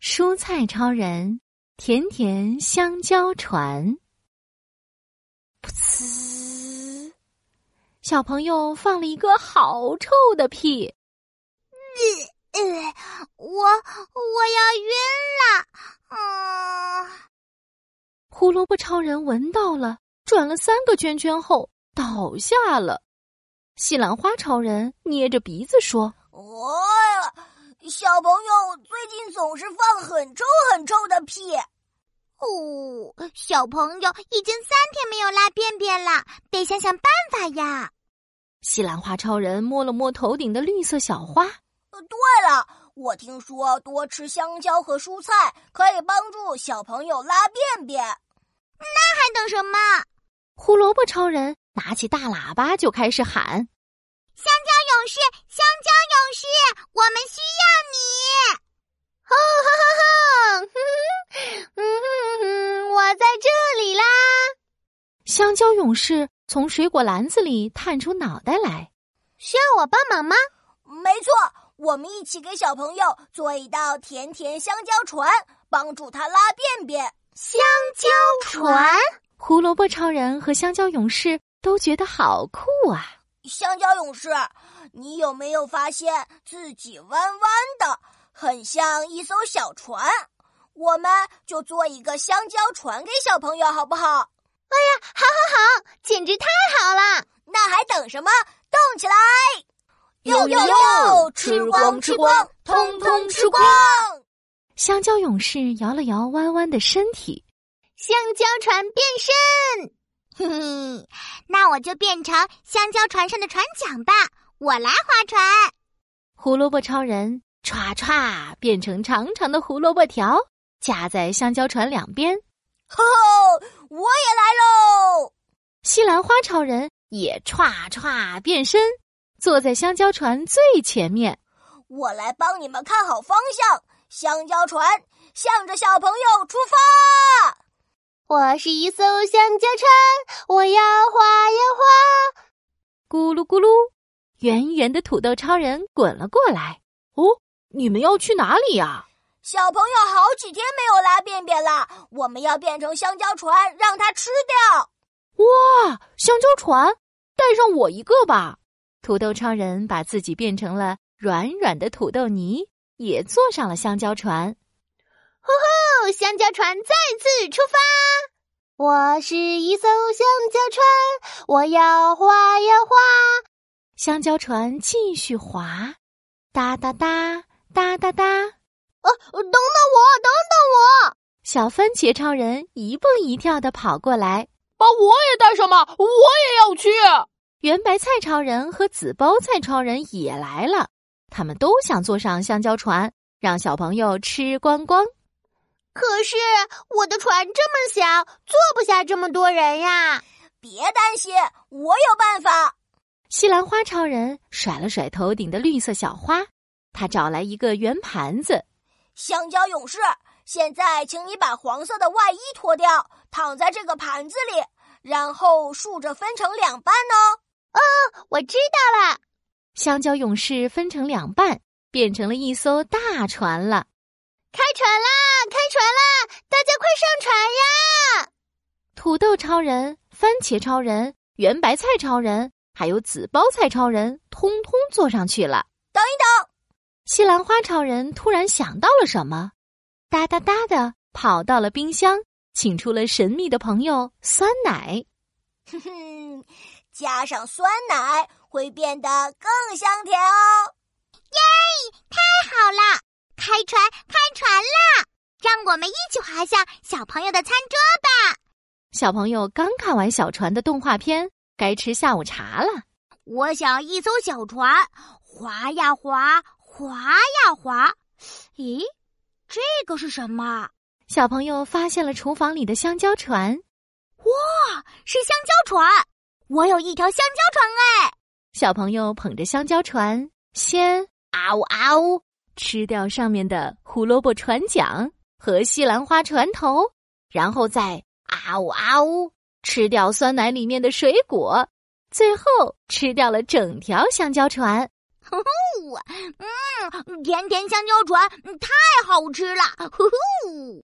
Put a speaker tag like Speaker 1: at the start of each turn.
Speaker 1: 蔬菜超人甜甜香蕉船，噗呲！小朋友放了一个好臭的屁，
Speaker 2: 呃呃，我我要晕了，嗯、
Speaker 1: 胡萝卜超人闻到了，转了三个圈圈后倒下了。西兰花超人捏着鼻子说
Speaker 2: 哦，小朋友最近总是放很臭很臭的屁。哦，小朋友已经三天没有拉便便了，得想想办法呀。：“
Speaker 1: 西兰花超人摸了摸头顶的绿色小花，
Speaker 2: 呃对了，我听说多吃香蕉和蔬菜可以帮助小朋友拉便便。那还等什么？
Speaker 1: 胡萝卜超人拿起大喇叭就开始喊。
Speaker 2: 勇士，香蕉勇士，我们需要你！吼吼吼吼！嗯哼哼，我在这里啦！
Speaker 1: 香蕉勇士从水果篮子里探出脑袋来。
Speaker 2: 需要我帮忙吗？没错，我们一起给小朋友做一道甜甜香蕉船，帮助他拉便便。香蕉船，
Speaker 1: 胡萝卜超人和香蕉勇士都觉得好酷啊！
Speaker 2: 香蕉勇士，你有没有发现自己弯弯的，很像一艘小船？我们就做一个香蕉船给小朋友，好不好？哎呀，好好好，简直太好了！那还等什么？动起来！
Speaker 1: 呦呦呦吃光吃光通通吃光！香蕉勇士摇了摇弯弯的身体，
Speaker 2: 香蕉船变身，嘿嘿，那我就变成香蕉船上的船桨吧，我来划船。
Speaker 1: 胡萝卜超人歘歘变成长长的胡萝卜条，架在香蕉船两边。
Speaker 2: 吼吼，我也来喽！
Speaker 1: 西兰花超人也歘歘变身，坐在香蕉船最前面。
Speaker 2: 我来帮你们看好方向，香蕉船向着小朋友出发。我是一艘香蕉船，我要划呀
Speaker 1: 咕噜咕噜，圆圆的土豆超人滚了过来。哦，你们要去哪里呀、
Speaker 2: 小朋友好几天没有拉便便了，我们要变成香蕉船，让它吃掉。
Speaker 1: 哇，啊香蕉船，带上我一个吧。土豆超人把自己变成了软软的土豆泥，也坐上了香蕉船。
Speaker 2: 哦，香蕉船再次出发。我是一艘香蕉船，我要划呀划。
Speaker 1: 香蕉船继续滑，哒哒哒哒哒哒。
Speaker 2: 等等我，等等我，
Speaker 1: 小番茄超人一蹦一跳的跑过来，
Speaker 3: 把我也带上吧，我也要去。
Speaker 1: 圆白菜超人和紫包菜超人也来了，他们都想坐上香蕉船，让小朋友吃光光。
Speaker 2: 可是我的船这么小，坐不下这么多人呀。别担心，我有办法。
Speaker 1: 西兰花超人甩了甩头顶的绿色小花，他找来一个圆盘子，
Speaker 2: 香蕉勇士，现在请你把黄色的外衣脱掉，躺在这个盘子里，然后竖着分成两半哦。哦，我知道了。
Speaker 1: 香蕉勇士分成两半，变成了一艘大船了。
Speaker 2: 开船啦！开船啦！大家快上船呀！
Speaker 1: 土豆超人、番茄超人、圆白菜超人，还有紫包菜超人，通通坐上去了。
Speaker 2: 等一等，
Speaker 1: 西兰花超人突然想到了什么，哒哒哒的跑到了冰箱，请出了神秘的朋友酸奶。
Speaker 2: 哼， 加上酸奶会变得更香甜哦！耶，太好了！开船，开船啦！让我们一起滑向小朋友的餐桌。
Speaker 1: 小朋友刚看完小船的动画片，该吃下午茶了。
Speaker 2: 我想一艘小船，划呀划，划呀划。咦，这个是什么？
Speaker 1: 小朋友发现了厨房里的香蕉船，
Speaker 2: 是香蕉船！我有一条香蕉船哎！
Speaker 1: 小朋友捧着香蕉船，先啊呜啊呜吃掉上面的胡萝卜船桨和西兰花船头，然后再啊呜啊呜吃掉酸奶里面的水果，最后吃掉了整条香蕉船。
Speaker 2: 嗯，甜甜香蕉船嗯太好吃了，呼呼。